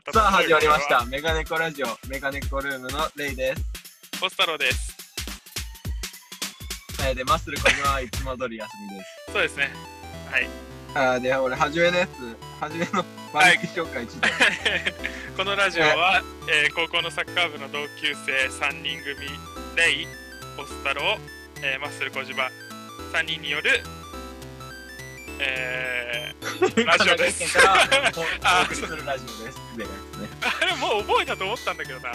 さあ始まりました。メガネコラジオメガネコルームのレイです。ポス太郎です。えー、でマッスル小島はいつも通り休みです。そうですね。はい。 あーで俺はじめのやつはじめの番組紹介ちょっとこのラジオは、えー高校のサッカー部の同級生3人組、レイ、ポス太郎、えーマッスル小島、3人による、えー ラジオです。神奈川県からおあ送りするラジオです。でですね。あれ、もう覚えたと思ったんだけどな。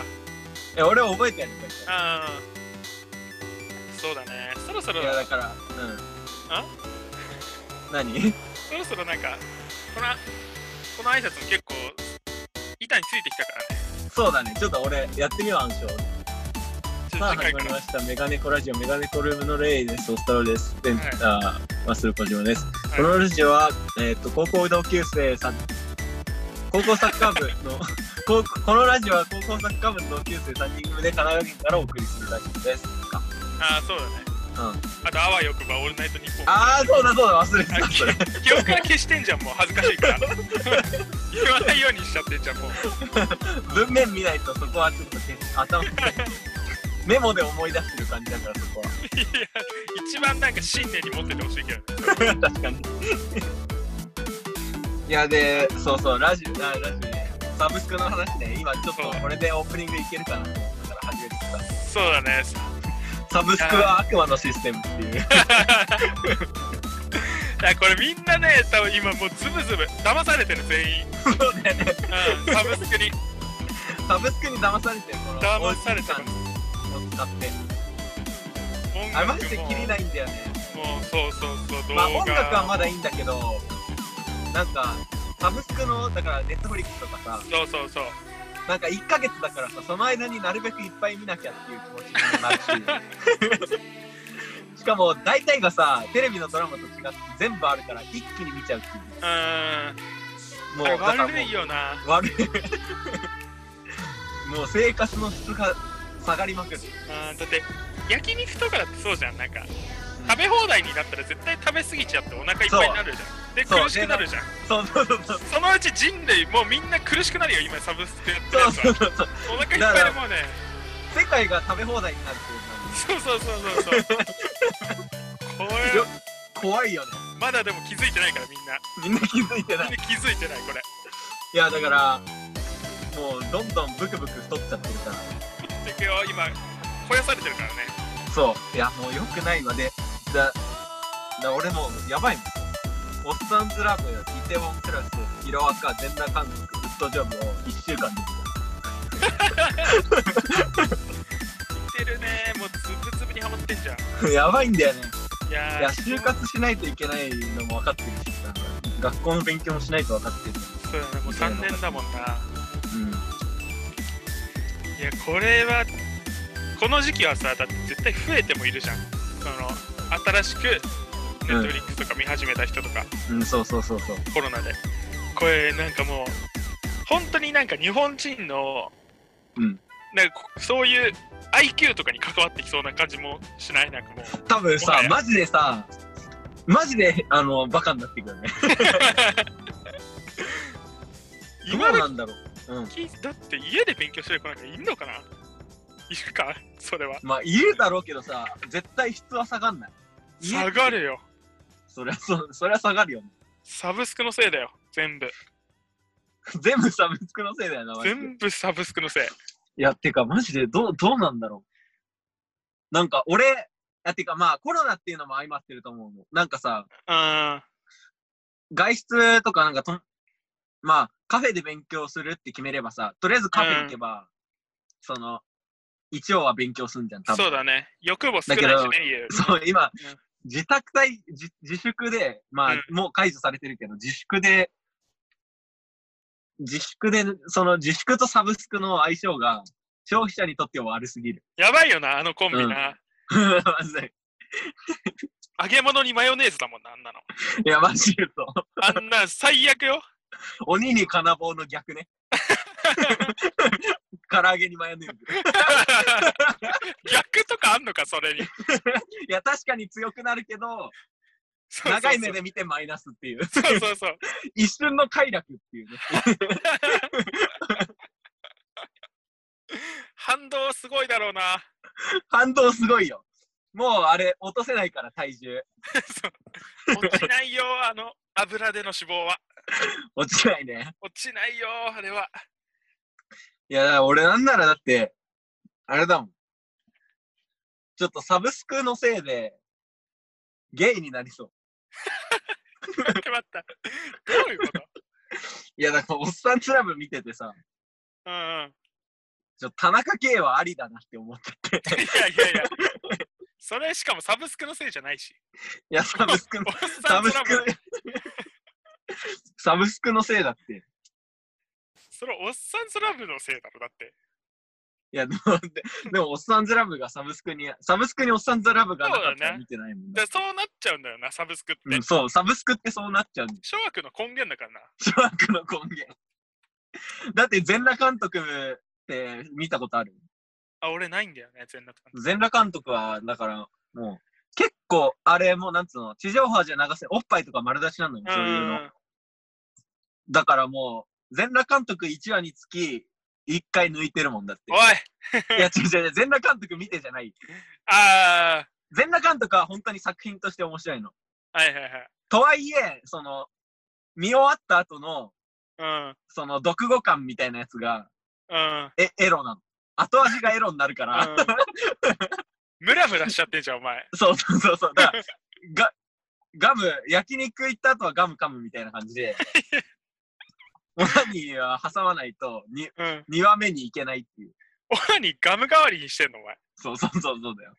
え俺は覚えてやるんだけあーそうだね。そろそろど。い、やだからうん。あ？何？そろそろなんか、この、この挨拶も結構、板についてきたからね。そうだね。ちょっと俺やってみよう暗唱。ち ょさっあと次回始かまりら。ました。メガネコラジオメガネコルームのレイです。オスタロです。で、はいあーマッスル小島です。はいこのラジオは、えっ、と、高校同級生さん、高校サッカー部の、 ここのラジオは高校サッカー部の同級生3人組で神奈川県からお送りするラジオです。ああ、そうだね。あと、あわよくば、オールナイトニッポン。ああ、そうだそうだ、忘れてた、あそれ。き記憶から消してんじゃん、もう恥ずかしいから。言わないようにしちゃってんじゃん、もう。文面見ないとそこはちょっと消し頭、 メモで思い出してる感じだから、そこは。いや、一番なんか信念に持っててほしいけどね。 確かに。いや、で、そうそう、ラジオ、あラジオね、サブスクの話ね、今ちょっとこれでオープニングいけるかなと思ったから始めてた。そうだね。サブスクは悪魔のシステムって いう。いや、これみんなね、多分今もうズブズブ、騙されてる、全員。そうだよね。うん、サブスクに。サブスクに騙されてるこの騙されたおじさんを使って音あ楽れもマジで切りないんだよねもう、そうそうそう、動ま画あ。音楽はまだいいんだけどなんかサブスクのだからネットフリックスとかさそうそうそう。なんか1ヶ月だからさその間になるべくいっぱい見なきゃっていう気持ちにもなる ししかも大体がさテレビのドラマと違って全部あるから一気に見ちゃうっていううーん。もうあれだからも悪いうよな。悪い もう生活の質が下がりまくるうん、だって、焼肉とかだってそうじゃん、なんか。食べ放題になったら絶対食べ過ぎちゃってお腹いっぱいになるじゃん。で、そう苦しくなるじゃん。そうそうそうそうそのうち人類もうみんな苦しくなるよ今サブスクやってるそやうつそうはそうそうお腹いっぱいでもうね世界が食べ放題になるっていうそうそうそうそうそうこよれ怖いよねまだでも気づいてないからみんなみんな気づいてないみんな気づいてないこれいやだからもうどんどんブクブク太っちゃってるからちょっとよ今肥やされてるからねそういやもう良くないわでだだ俺もうやばいもんおっさんずラブイテウォンクラスヒロアカ全裸監督グッドジョブを1週間で似てるねもうつぶつぶにはまってんじゃん見たやばいんだよねいやーいや就活しないといけないのも分かってるしさ学校の勉強もしないと分かってるそうだねもう3年だもんなうんいやこれはこの時期はさだって絶対増えてもいるじゃんその新しくネットフリックスとか見始めた人とか、うんそうそうそうそうコロナでこれなんかもう本当になんか日本人のうんなんかこそういう IQ とかに関わってきそうな感じもしないなんかもう多分もさは、やマジでさ、マジで、あの、バカになってくるね。どう今なのんだろう。うん。時だって家で勉強してる子なんかいんのかないるかそれはまあ、言えるだろうけどさ、絶対質は下がんない。家下がるよそりゃ、そそりゃ下がるよね。サブスクのせいだよ全部全部サブスクのせいだよな、マジで。い全部サブスクのせいや、てか、マジで、どう、どうなんだろう。なんか、俺、いや、てか、まあ、コロナっていうのも相まってると思うの。なんかさ、うん外出とかなんかとん、まあ、カフェで勉強するって決めればさ、とりあえずカフェ行けば、その、一応は勉強すんじゃん、多分。そうだね欲望少ないしだね家よりそう、今うん、自宅待、自自粛で、まあ、うもう解除されてるけど、自粛で、自粛で、その自粛とサブスクの相性が、消費者にとっては悪すぎる。 やばいよなあのコンビな、マジで。揚げ物にマヨネーズだもんなあんなのいや、マジでそう。あんな最悪よ 鬼に金棒の逆ね。唐揚げにマヨネーズ。逆とかあんのかそれにいや、確かに強くなるけど、そうそうそう長い目で見てマイナスっていう。そうそうそう一瞬の快楽っていうね。すごいだろうな。反動すごいよ。もうあれ、落とせないから、体重。そう落ちないよ、あの油での脂肪は。落ちないね。落ちないよ、あれは。いや、だから俺なんならだって、あれだもん。ちょっとサブスクのせいで、ゲイになりそう。待って待った。どういうこといや、だから、おっさんクラブ見ててさ、うんうん。ちょっと田中圭はありだなって思ってて。いやいやいや。それしかもサブスクのせいじゃないし。いや、サブ スクのおっさサんブトスラクブル。サブスクのせいだって。いそれおっさんトラブルのせいだろ、だって。や、でも、ででもおっさんずラブがサブスクに、サブスクにおっさんずラブがなかそっうただらね見てないもんね。でそうなっちゃうんだよな、サブスクって。うん、そう、サブスクってそうなっちゃうんだよ。諸悪の根源だからな。 小学の根源。だって、全裸監督って見たことあるあ、俺ないんだよね、全裸監督。全裸監督は、だから、もう、結構、あれも、なんつうの、地上波じゃ流せ、おっぱいとか丸出しなのよ、そういうの。んだからもう、全裸監督1話につき、1回抜いてるもんだって。おいいや、違う違う違う、全裸監督見てじゃない。あ全裸監督は本当に作品として面白いの。ーはいはいはい。とはいえ、その、見終わった後の、うん。その、読後感みたいなやつが、うん。え、エロなの。後味がエロになるから、うんムラムラしちゃってんじゃん、お前。そうそうそうそう。だからがガム、焼肉行った後はガム噛むみたいな感じで、オナニーは挟まないとにうん。 2話目に行けないっていう。オナにガム代わりにしてんの、お前。そうそうそうそうだよ。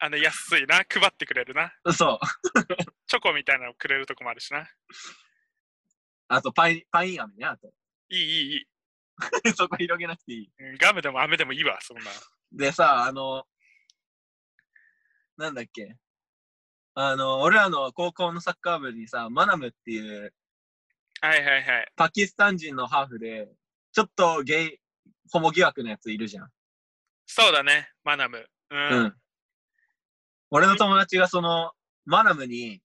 あの、安いな、配ってくれるな。そう。チョコみたいなのくれるとこもあるしな。あとパイン、パイン飴ね、あと。 いい、いい、いいそこ広げなくていい。うん。ガムでも飴でもいいわ、そんな。でさ、あの、なんだっけ。あの、俺らの高校のサッカー部にさ、マナムっていうはいはいはい。パキスタン人のハーフで、ちょっとゲイ、ホモ疑惑のやついるじゃん。そうだね、マナム。うん。う。うんん。俺の友達がその、マナムに、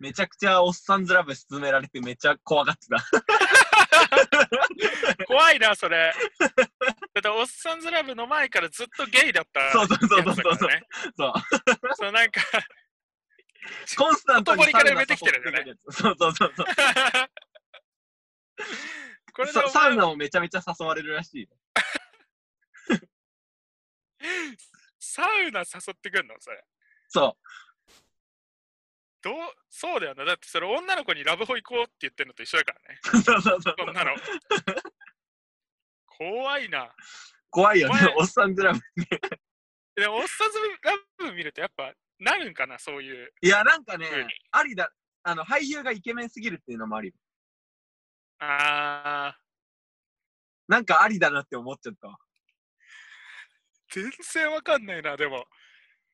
めちゃくちゃおっさんずラブ勧められてめっちゃ怖がってた。怖いな、それ。だって、おっさんずラブの前からずっとゲイだったやつそうだそうかそうら、そうね。そうそう。そう。そうなんか コンスタントに外堀から埋めてきてるよねサウナ誘ってくるやつそうそうそうそう。これでさおサウ前ナもめちゃめちゃ誘われるらしいよ。サウナ誘ってくんのそれそどうそうだよなだってそれ女の子にラブホ行こうって言ってるのと一緒だからねう。そうそうそう。そんなの怖いな怖いよね怖い、おっさんずラブ。でもおっさんずラブ見るとやっぱなるんかなそういういや、なんかねうん、ありだ。あの、俳優がイケメンすぎるっていうのもあるよ。あなんかありだなって思っちゃったわ。ー全然わかんないなでも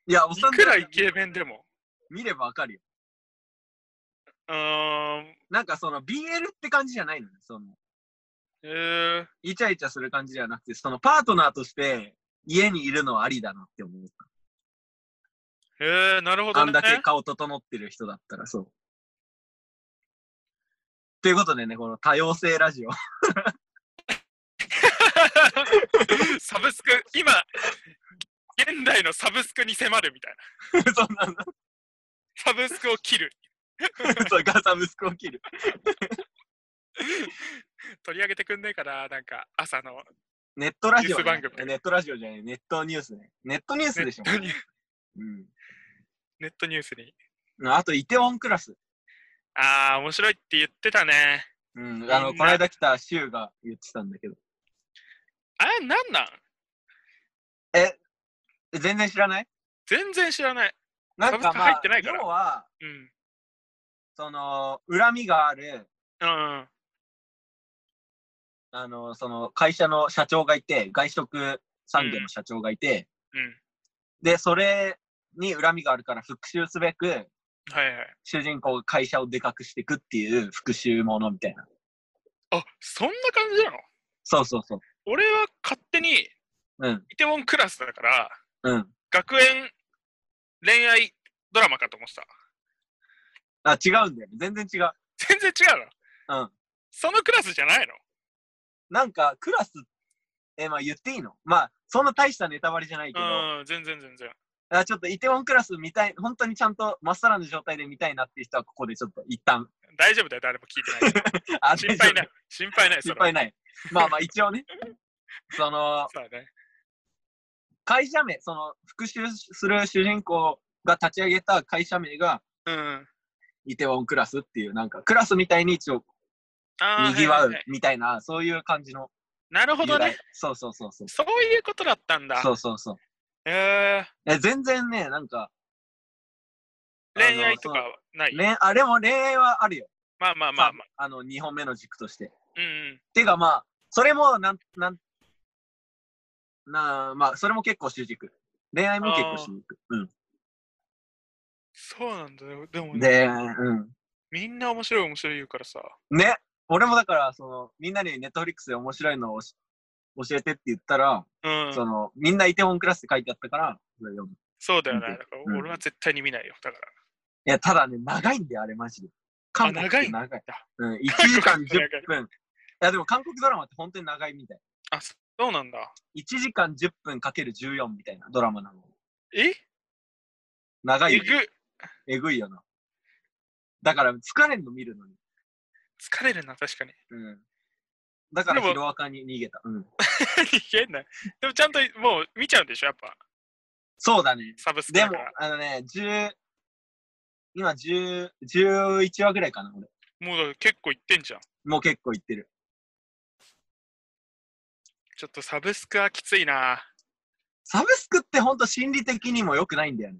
いや、おっいさんずくラらブイケメンでも見ればわかるよ。うーんなんかその BL って感じじゃないのね、その。えー、イチャイチャする感じじゃなくて、そのパートナーとして家にいるのはありだなって思っえー、なるほた。あどんねだけ顔整ってる人だったらそう。ということでね、この多様性ラジオ。 サブスク、今、現代のサブスクに迫るみたいな。そんな の、サブスクを切る。そうガサブスクを切る。取り上げてくんねえかな、なんか朝のネットラジオ、ニね。ュース番組ネットラジオじゃない、ネットニュースね。ネットニューネスでしッょ。トニューうネットニュースに。ん。あと、イテウォンクラス。あー、面白いって言ってたね。うん。あの、この間来たシュウが言ってたんだけど。あれ、なんなん全然知らない全然知らない。なんかサブスクま入あってない、から要は、うん。その、恨みがある、うん。あの、その会社の社長がいて、外食産業の社長がいて、うん。で、それに恨みがあるから復讐すべく、はいはい。主人公が会社をでかくしていくっていう復讐ものみたいな。あ、そんな感じなのそうそうそう。俺は勝手に、イうん、テウォンクラスだから、うん。学園恋愛ドラマかと思ってた。あ、違うんだよね。全然違う。全然違うのうんそのクラスじゃないのなんか、クラス、え、まあ言っていいのまあ、そんな大したネタバレじゃないけど、うん、全然全然。あちょっとイテウォンクラス見たい、 本当にちゃんとまっさらの状態で見たいなっていう人は、ここでちょっと一旦、大丈夫だよ、誰も聞いてないか あら。心配ない。心配ない、そ心れ配ない。まあまあ、一応ね、その、そうだね。会社名、その、復讐する主人公が立ち上げた会社名が、うん。イテウォンクラスっていう、なんか、クラスみたいに一応、あーにぎわはいうはいはいみたいな、そういう感じのなるほ由ど来ね。。そうそうそうそう。そういうことだったんだ。そうそうそう。ええ全然ね、なんか、ー、恋愛とかあのはないその恋あでも恋愛はあるよ。まあまあまあまあ。あの、2本目の軸として。うんうん。てかまあ、それも、なん、なん、なあまあ、それも結構主軸。恋愛も結構主軸。そうなんだよ。でもうん。ね、で、うみんな面白い面白い言うからさ。ん。ね、俺もだから、その、みんなにネットフリックスで面白いのをし教えてって言ったら、うん。その、みんなイテウォンクラスって書いてあったから、それ読む。そうだよね。見だてからうん俺は絶対に見ないよ。だから。いや、ただね、長いんだよ、あれ、マジで。韓国って長い。うん、1時 間10分。いや、でも韓国ドラマって本当に長いみたい。あ、そうなんだ。 1時間10分かける14みたいなドラマなの。え長いえよぐ。えぐいよな。だから、疲れんの見るのに。疲れるな、確かに。 うん。だから、でもヒロアカに逃げた。うん。変な。でもちゃんともう見ちゃうんでしょ、やっぱ。そうだね。サブスクでだもから。、あのね、10、今10、11話ぐらいかな、俺。もう結構いってんじゃん。もう結構いってる。ちょっとサブスクはきついな。サブスクってほんと心理的にも良くないんだよね。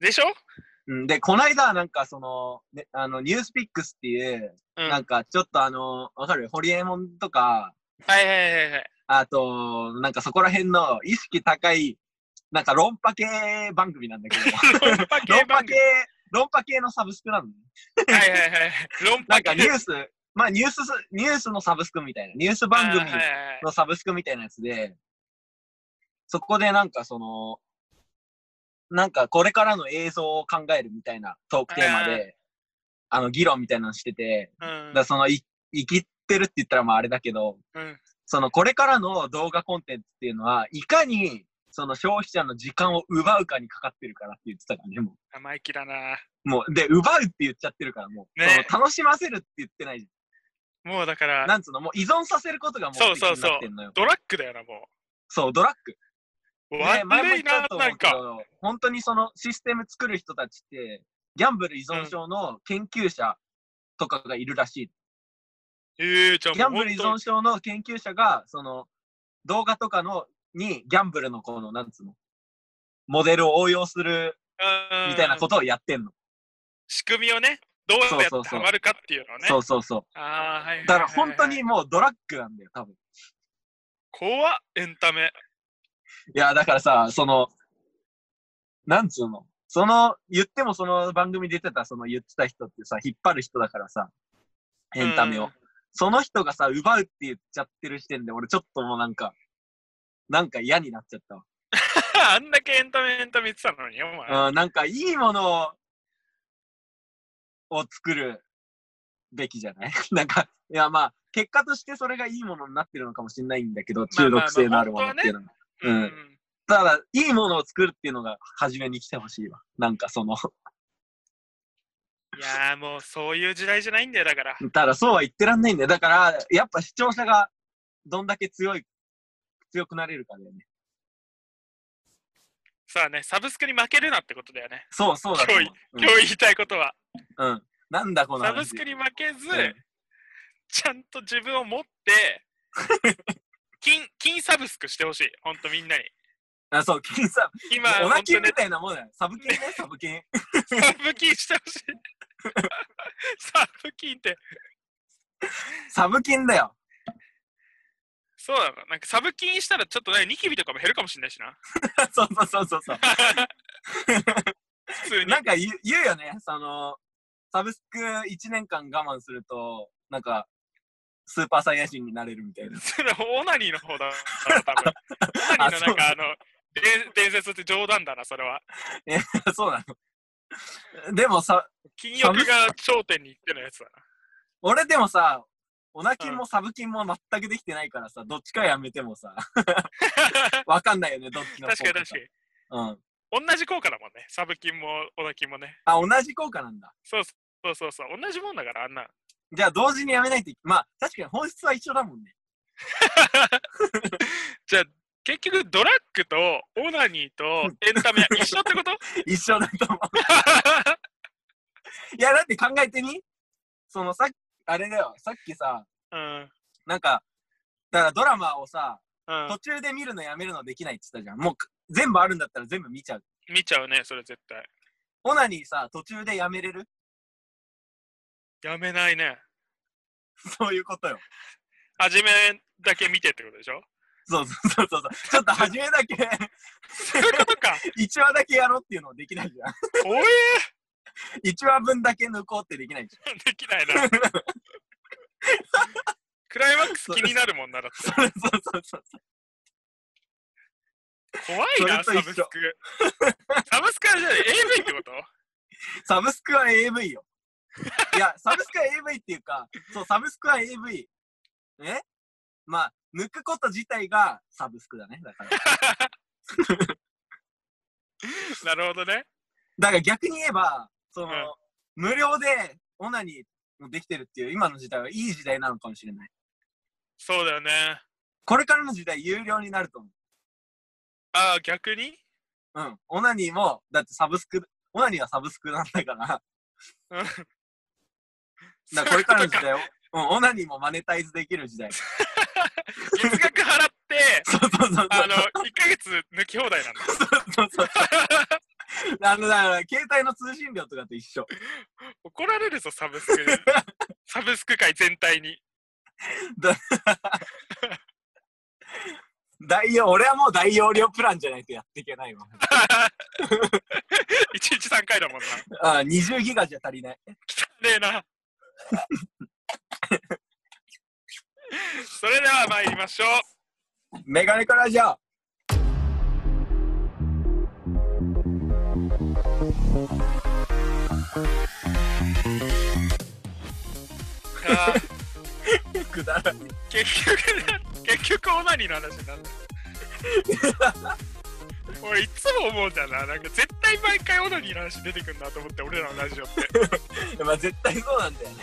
でしょうん、で、こないだ、なんかその、ね、あの、ニュースピックスっていう、うん。はないんかちょっとあの、わかるホリエモンとか、はいはいはい。あと、なんかそこら辺の意識高い、なんか論破系番組なん だけど、論破論系破番系組。、論破系のサブスクなのね。はいはいはい。論な破んかニュース、まあニュースす、ニュースのサブスクみたいな、ニュース番組あーはいはいはいのサブスクみたいなやつで、そこでなんかその、なんかこれからの映像を考えるみたいなトークテーマで、あの、議論みたいなのしてて、だからその、い生きってるって言ったらまああれだけど、うん。うん。その、これからの動画コンテンツっていうのは、いかに、その消費者の時間を奪うかにかかってるからって言ってたからね、も生意気だな。う。もう、で、奪うって言っちゃってるから、もう。ねその楽しませるって言ってないじもうだかゃん。ら、なんつうの、もう依存させることが目的になってんのよ。ドラッグだよな、もそうドラッグ。う。ね悪いな、前もな言んったか。と思うけど本当にそのシステム作る人たちって、ギャンブル依存症の研究者とかがいるらしい。ええ、じゃギャあンもうブル依本当存症の研究者が、その、動画とかの、にギャンブルのこの、なんつうの、モデルを応用するうんみたいなことをやってんの。仕組みをね、どうやってそうそうそうハマるかっていうのをね。そうそうそあーはいはいはいはう。いだから本当に。もうドラッグなんだよ、多分。怖っエンタメ。いや、だからさ、その、なんつうの、その、言ってもその番組出てた、その言ってた人ってさ、引っ張る人だからさ、エンタメを。うん その人がさ、奪うって言っちゃってる時点で、俺ちょっともうなんか、なんか嫌になっちゃったわ。あんだけエンタメエンタメ言ってたのに、お前。うん、なんかいいものを作るべきじゃない なんか、いやまあ、結果としてそれがいいものになってるのかもしれないんだけど、中毒性のあるものっていうのは。うんうんただ、いいものを作るっていうのが初めに来てほしいわ。なんかその、 いやーもうそういう時代じゃないんだよだから。ただそうは言ってらんないんだよ。だから、やっぱ視聴者がどんだけ強い、強くなれるかだよね。さあね、サブスクに負けるなってことだよね。そうそうだと思う。今日言いたいことは、うん、うん。なんだこのサ話。ブスクに負けず、うんちゃんと自分を持って、 金、金サブスクしてほしい。ほんとみんなに。あ、そう、金さ、今、オほナん金とみね、たいなもんだよ。サブ金 ね、サブ金。サブ金して ほしい。サブ金って、サブ金 だよ。そうだな。なんかサブ金したらちょっとね、ニキビとかも減るかもしれないしな。そうそうそうそうそう。普通に。なんか言う言うよね、その、サブスク1年間我慢すると、なんか、スーパーサイヤ人になれるみたいな。それオナニーの方だな、多 分。オナニーのなんかあの、で伝説って冗談だな、それは。そうな の。でもさ、金欲が頂点に行ってのやつだな。俺でもさ、オナキンもサブキンも全くできてないからさ、どっちかやめてもさ、 わかん ないよね、どっちの効確かに確果かに。かに。うん。同じ効果だもんね。サブ金もオナ金もね。あ、同じ効果なんだ。そうそうそうそう。同じもんだから、あんな。じゃあ同時にやめないといけまあ、確かに本質は一緒だもんね。じゃあ、結局ドラッグとオナニーとエンタメは一緒ってこと一緒だと思う。いや、だって考えてみそのさっき、あれだよ、さっきさ、うん。なんか、だからドラマをさ、うん途。中で見るのやめるのできないって言ったじゃん。もう全部あるんだったら全部見ちゃう。見ちゃうね、それ絶対。オナニーさ、途中でやめれる やめないね。そういうことよ。初めだけ見てってことでしょそうそうそうそう。ちょっと初めだけ、そういうことか。 1話だけやろうっていうのできないじゃん。おえ1話分だけ抜こうってできないじーできない な。クライマックス気になるもんなだってゃん。それそうそうそう。怖いな、そサれブスと一緒ク。サブスクはじゃあ AV ってことサブスクは AV よ。いや、サブスクは AV っていうか、そう、サブスクは AV。えまあ、抜くこと自体がサブスクだね。だから。だなるほどね。から逆に言えば、そうの、ん無料でオナニーもできてるっていう今の時代はいい時代なのかもしれない。そうだよね。これからの時代有料になると思ああ、逆にう。うん。オナニーも、だってサブスク、オナニーはサブスクなんだから、うんだからこれからの時 代を、うん、オナニーもマネタイズできる時代。月額払って、そう そうそうそう。 あの、1ヶ月抜き放題なんだ。そうそうそう。あの、だから、携帯の通信料とかと一緒。怒られるぞ、サブス ク。サブスク界全体に。大容、俺はもう大容量プランじゃないとやっていけないわ。 1日3回だもんな。ああ、20ギガじゃ足りない。ねえな。それでは参りましょう。メガネからじゃあ。あーくだらん。結局、結局オナニーの話になっ た。俺いつも思うんだよな。なんか絶対毎回オナニーの話出てくるなと思って、俺らのラジオって。まあ、絶対そうなんだよね。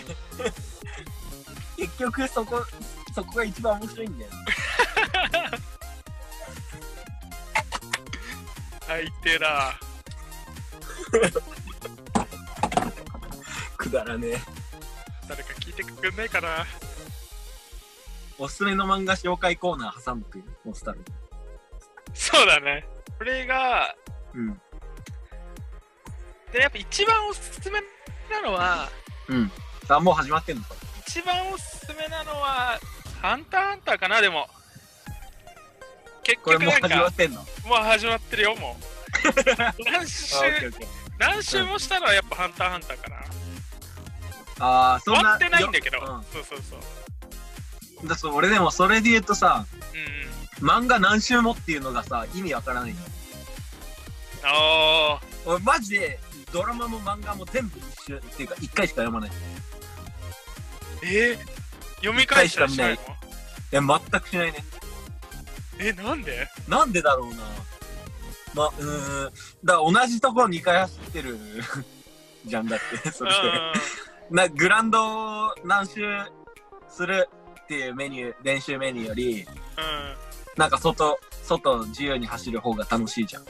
結局、そこ、そこが一番面白いんだよ。相手だ。くだらねえ。誰か聞いてくんないかな。おすすめの漫画紹介コーナー挟んでくよ、モスタル。そうだね。これが、うん。でやっぱ一番おすすめなのは、あ、もう始まってんのか。一番おすすめなのは、ハンターハンターかな、でも。結これ局もなうん始まかっ、てんの。あもう始まってるよ、も う。何周、オッケーオッケー何周もしたのはやっぱハンターハンターかな。あー、そんな。終わってないんだけど、うんそうそうそう。だそう俺でもそれで言うとさ、うんうん。漫画何週もっていうのがさ、意味わからないんだよ。あ俺マジでドラマも漫画も全部一緒っていうか一回しか読まないいーえー、読み返したりしないのや全くしないねえ、なんでなんでだろうなまあうーんだから同じところ2回走ってる じゃんだって そうんれなグラウンドを何周するっていうメニュー練習メニューよりうん。なんか外外自由に走る方が楽しいじゃん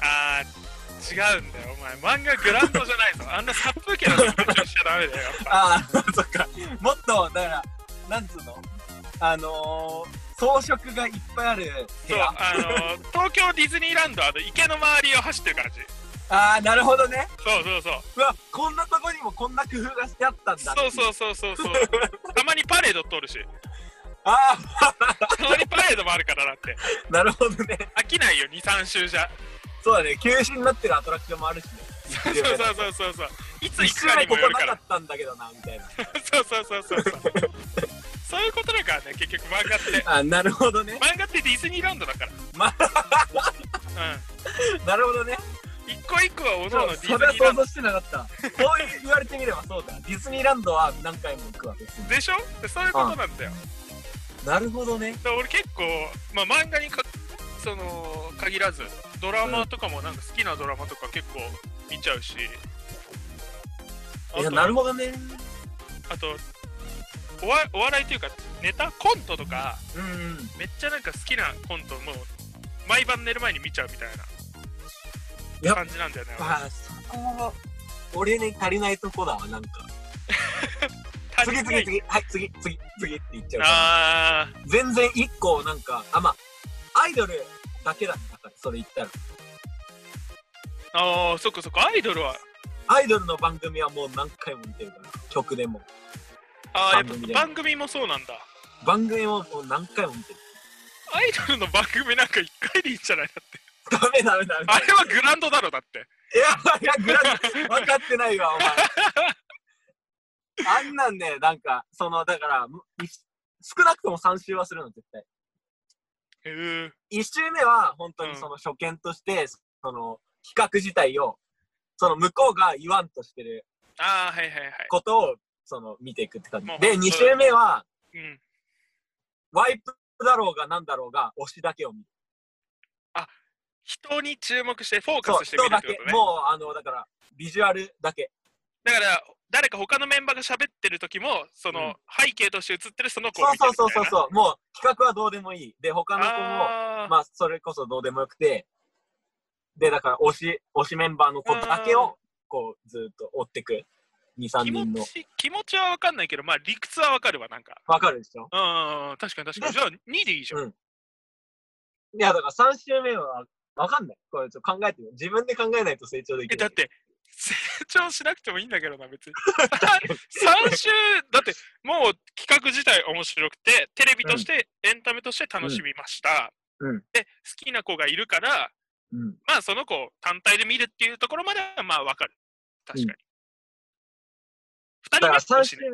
あー、違うんだよ、お前。漫画グランドじゃ ないぞ。あんな殺風景なのことしちゃダメだよ、やっぱ。ああ そっかもっとだからなんつうのあのー、装飾がいっぱいある部そう、屋あのー、東京ディズニーランド、あの、池の周りを走ってる感じ。ああなるほどねそうそうそう。うわこんなとこにもこんな工夫がしてあったんだそううそうそうそう そう。たまにパレード通るし、あたまにパレードもあるからだって。あなるほどね飽きないよ、2、3周じゃ。そうだね休止になってるアトラクションもあるしねそうそうそうそうそう。いつ一行く周か目にこもよるこなからか。ったんだけどなみたいなそうそうそうそうそう。そういうことだからね、結局漫画って。あなるほ どね漫画ってディズニーランドだから。まうん。なるほどね一個一個はおのおのディズニそれはーラ想ンド像してなかった。こういう言われてみればそうだ。ディズニーランドは何回も行くわ、別に。でしょそういうことなんだよ。なるほどね。だから俺結構、まあ、漫画にかその限らずドラマとかもなんか好きなドラマとか結構見ちゃうしあいや、となるほどね。あとおわお笑いというかネタコントとかうんうん。めっちゃなんか好きなコントもう毎晩寝る前に見ちゃうみたいいなや感じなんだよねまあ、そこは、俺に足りないとこだわ、なんか。俺次、足りな次、い次、はい、次、次、次って言っちゃうから。あー全然一個、なんか、あ、まあ、アイドルだけだったから、それ言ったら。あーそっかそっかアイドルはアイドルの番組はもう何回も見てるから、曲でも。あーやっ番組ぱで番組もそうなんだ番組ももう何回も見てる。アイドルの番組なんか一回でいいんじゃないだってダメダメダメ。あれはグランドだろだっていや、いや、グラス、分かってないわ、お 前。あんなんね、なんか、その、だから、むい少なくとも3週はするの、絶対。うー1週目は、本当うんにその初見として、その、比較自体を、その、向こうが言わんとしてるああはいはいはいことを、その、見ていくって感じもう。で、本当2週目は、うんワイプだろうがなんだろうが、推しだけを見る。人に注目してフォーそカう、スしてみ人るっだてけこ。とねもう、あの、だから、ビジュアルだけ。だから誰か他のメンバーが喋ってる時もその、うん背景として映ってるその子そをう見てるそうみたいそうなそうそう。もう、比較はどうでもいい。で、他の子も、あーまあ、それこそどうでもよくて、で、だから、推し、推しメンバーの子だけうんを、こう、ずっと追ってく。2、3気人の持。ち気持ちは分かんないけどまあ理屈は分かるわなんかわかるでしょうんうんうん確かに確かにじゃあ2でいいじゃん、うんいや、だから3週目は、わかんない。これ、ちょっと考えてよ。自分で考えないと成長でえきだなっい。て成長しなくてもいいんだけどな 別に3週だってもう企画自体面白くてテレビとして、エンタメとして楽しみました、うんで好きな子がいるからうん。まあその子を単体で見るっていうところまではまあわかる。確かに。だから二人目3だ週しね。、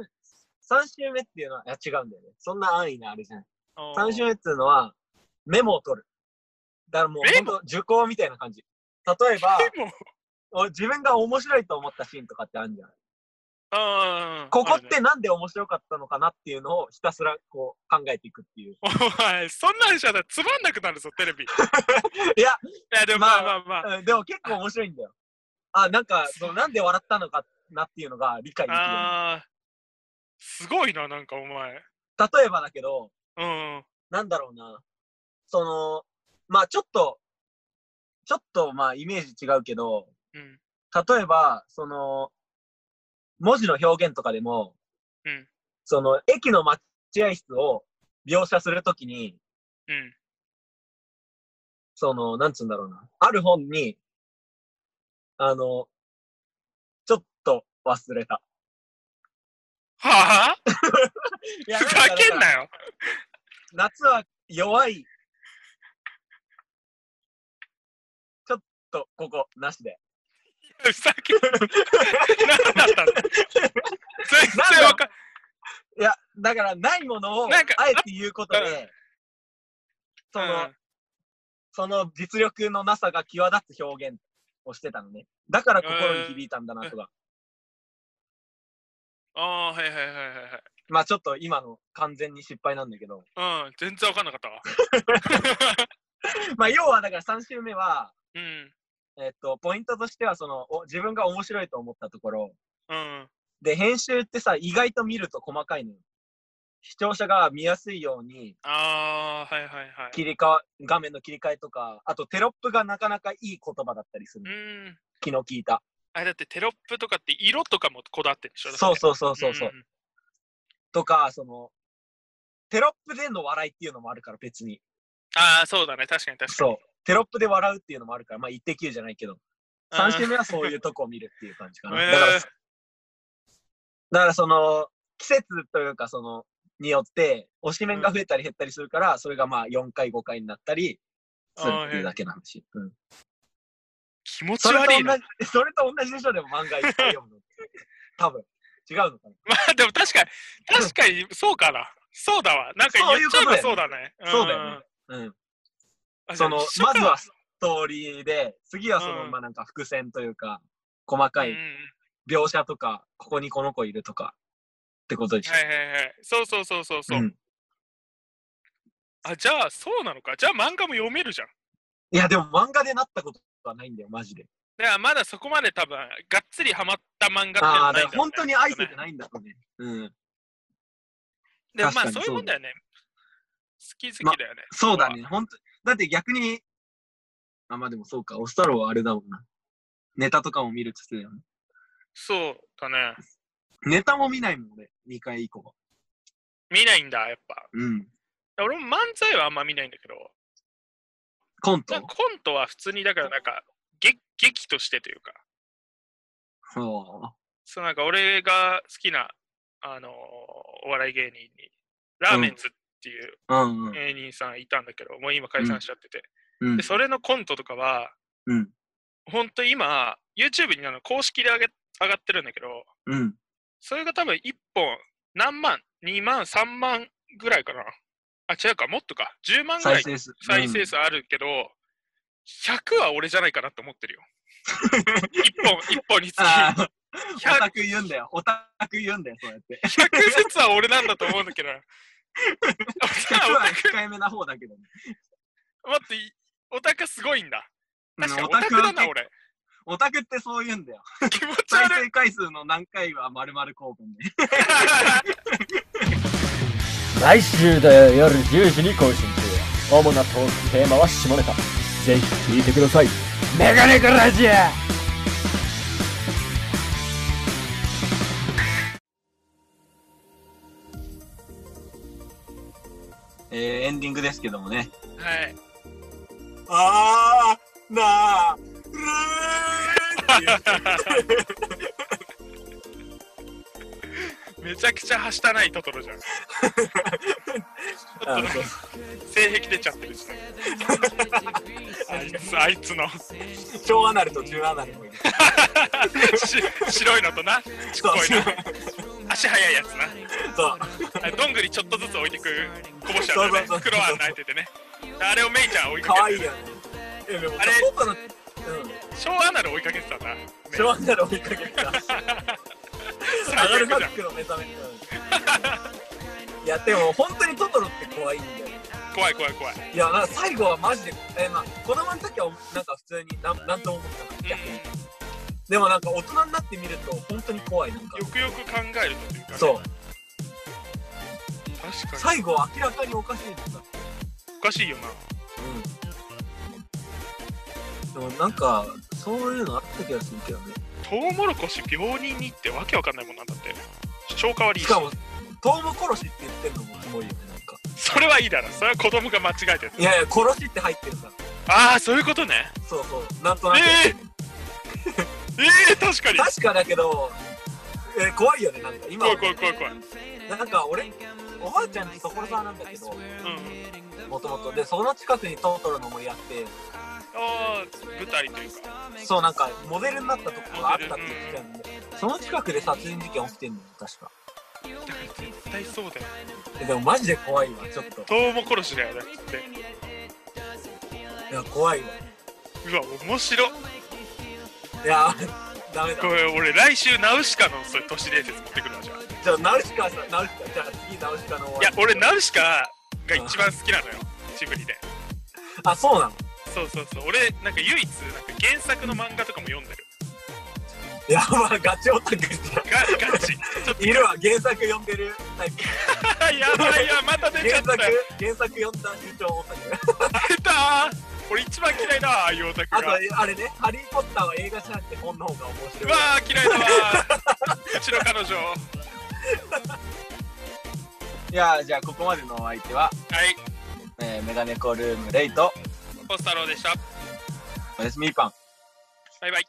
三週目っていうのは、いや、違うんだよね。そんな安易なあれじゃない。おー3週目っていうのは、メモを取る。だからもう、メほんモと、受講みたいな感じ。例えば、でも、俺自分が面白いと思ったシーンとかってあるじゃん。あーここっあてなんで面白かったのかなっていうのをひたすらこう考えていくっていう。るねお前、そんなんじゃなつまんなくなるぞ、テレビ。い いや、や、でもままああまあまあ。うんでも結構面白いんだよ。あ、なんか、そのなんで笑ったのかなっていうのが理解できるように。あーすごいな、なんかお前。例えばだけど、うん。なんだろうな。その、まあちょっと、ちょっとまあイメージ違うけど、うん。例えば、その、文字の表現とかでも、うんその駅の待合室を描写するときに、うん。その、なんつうんだろうな。ある本に、あの、ちょっと忘れた。はぁいふざけんなよ。夏は弱い。ちょっと、ここ、なしで。ふざけんな。何だったんだ全然わかんいや、だから、ないものを、なんかあえて言うことうで、その、うんその実力のなさが際立つ表現をしてたのね。だから心に響いたんだなとか。ああー、はいはいはいはいはい。まあちょっと今の完全に失敗なんだけど。うん、全然わかんなかったわ。 まあ要はだから3週目は、うん、えっと、ポイントとしては、その、お自分が面白いと思ったところ。うん、で、編集ってさ、意外と見ると細かいのよ。視聴者が見やすいように、ああー、はいはいはい。切り替わ、画面の切り替えとか、あとテロップがなかなかいい言葉だったりすうる。ん。昨日聞いた。あれだってテロップとかって色とかもこだわってるでしょそうそうそうそうそう。んんとか、その、テロップでの笑いっていうのもあるから、別に。ああ、そうだね、確かに確かに。そう。テロップで笑うっていうのもあるから、まあ、一滴じゃないけど、3週目はそういうとこを見るっていう感じかな。 へーだから、だからその、季節というか、その、によって、推し面が増えたり減ったりするから、それがまあ4回5回になったりするっていうだけの話。うん、気持ちそれと悪い同な。じ、それと同じでしょ、でも漫画いっぱい読むの。多分。違うのかな、 まあでも確かに、確かにそうかな。そうだわ。なんかそうい言っうちゃえばそこうだとね。そうだよねん。うん。あその、じゃあまず一は緒かス通りで、次はその、うんまあなんか伏線というか、細かうんいうん描写とか、ここにこの子いるとか、ってことでしょ。はいはいはい。そうそうそうそうそう。うんあ、じゃあそうなのか。じゃあ漫画も読めるじゃん。いや、でも漫画でなったことはないんだよ、マジで。だからまだそこまで多分、がっつりハマった漫画っていうのあはあ、なだいんだかろうねら本当に愛せてないんだろうね。うん。でもまあ確かそうにいうもんだよね。好き好きだよね。そうだね、本当だって逆に、あ、まあでもそうか、オス太郎はあれだもんな。ネタとかも見るっつってたよね。そうだね。ネタも見ないもん、俺。2回以降は。見ないんだ、やっぱ。うん。俺も漫才はあんま見ないんだけど、コンなんトかコントは普通にだからなんか、劇劇としてというか、そう。そうなんか俺が好きな、あのーお笑い芸人に、ラーメンズっていううんうん。芸人さんいたんだけど、もう今解散しちゃってて、うんで、それのコントとかは、うん。ほんと今、YouTube にあの公式で上げ上がってるんだけど、うん。それが多分1本何万、2万、3万ぐらいかな。あ、違うか、もっとか。10万ぐら再い生数。再生数あるけど、100は俺じゃないかなと思 ってるよ。1本、1本につき。あ 100, あ、オタク言うんだよ。オタク言うんだよ、そうやって。ずつは俺なんだと思うんだけど。 100は控えめな方だけどね。待って、いオタクすごいんだ。うん確かオタクはだな、結俺。構オタクってそう言うんだよ。気持ち再悪い。生回数の何回は丸々公文で。毎週土曜夜10時に更新中主なトークテーマは下ネタぜひ聞いてくださいメガネガラジアえー、エンディングですけどもね。はい。あー、なー、めちゃくちゃはしたないトトロじゃん。あそう性癖出ちゃってるしね。あいつ、あいつの。 小アナルと中アナルもいる。し白いのとな、ちっこいの。足速いやつな。そう。あどんぐりちょっとずつ置いてくこぼしちゃうねそうそうそう黒あん泣いててねあれをメイちゃん追いか可け愛ていよね。え、でもあれポッパの、うん、小アナル追いかけてたんだ、ね、小アナル追いかけた。最アナル悪バじゃんックの目覚め。うんいや、でも本当にトトロって怖いんだよ。怖い怖い怖いいや、なんか最後はマジで、え、まあ、子供の時はなんか普通になんなんとも思ってなかった逆に。でもなんか大人になってみると本当に怖い。なんかよくよく考えるというか、ね、そう。確か最後は明らかにおかしいんだ。におかしいよなうん。でもなんか、そういうのあった気がするけどね。トウモロコシ病人にってわけわかんないもんなんだって消化悪いししかも、トウモコロシって言ってるのもキモいよね、なんか。それはいいだろそれは子供が間違えてるいやいや、殺しって入ってるから。ああそういうことねそうそう、なんとなく。ええええ確かに確かだけど、えー怖いよね、なんか今怖い怖い怖い怖い、うん、なんか俺、おばあちゃんの所沢なんだけど、もともと。で、その近くにトトロの森あって、ああ舞台というかそう、なんかモデルになったとこがあったって言ってたんで、その近くで殺人事件起きてんのよ、確か。だから絶対そうだよえでもマジで怖いわ、ちょっと。トウモコロシだよだっていや、怖いわ。うわ面白いや、 ダメだこ。れ俺来週ナウシカのそれ都市伝説持ってくるわじゃあいじゃあ、ナウシカさ、ナウシカ、じゃあ次ナウシカの終わりや俺ナウシカが一番好きなのよジブリであ、そうなのそうそうそう俺なんか唯一なんか原作の漫画とかも読んでるいや、まあ、ガチオタクじゃん。がガチちょっといるわ、原作読んでるタイプ。やばいやまた出ちゃ原っ作、たよ原作読んだ主張オタク。出たー俺一番嫌いだわああいうオタクあとが、あれね、ハリー・ポッターは映画じゃなくて本の方が面う白い。わー嫌いだわーうちの彼女はいやー、じゃあ、ここまでのお相手は、いえーメガネコルームレイと、ポスタローでしたおやすみパン。バイバイ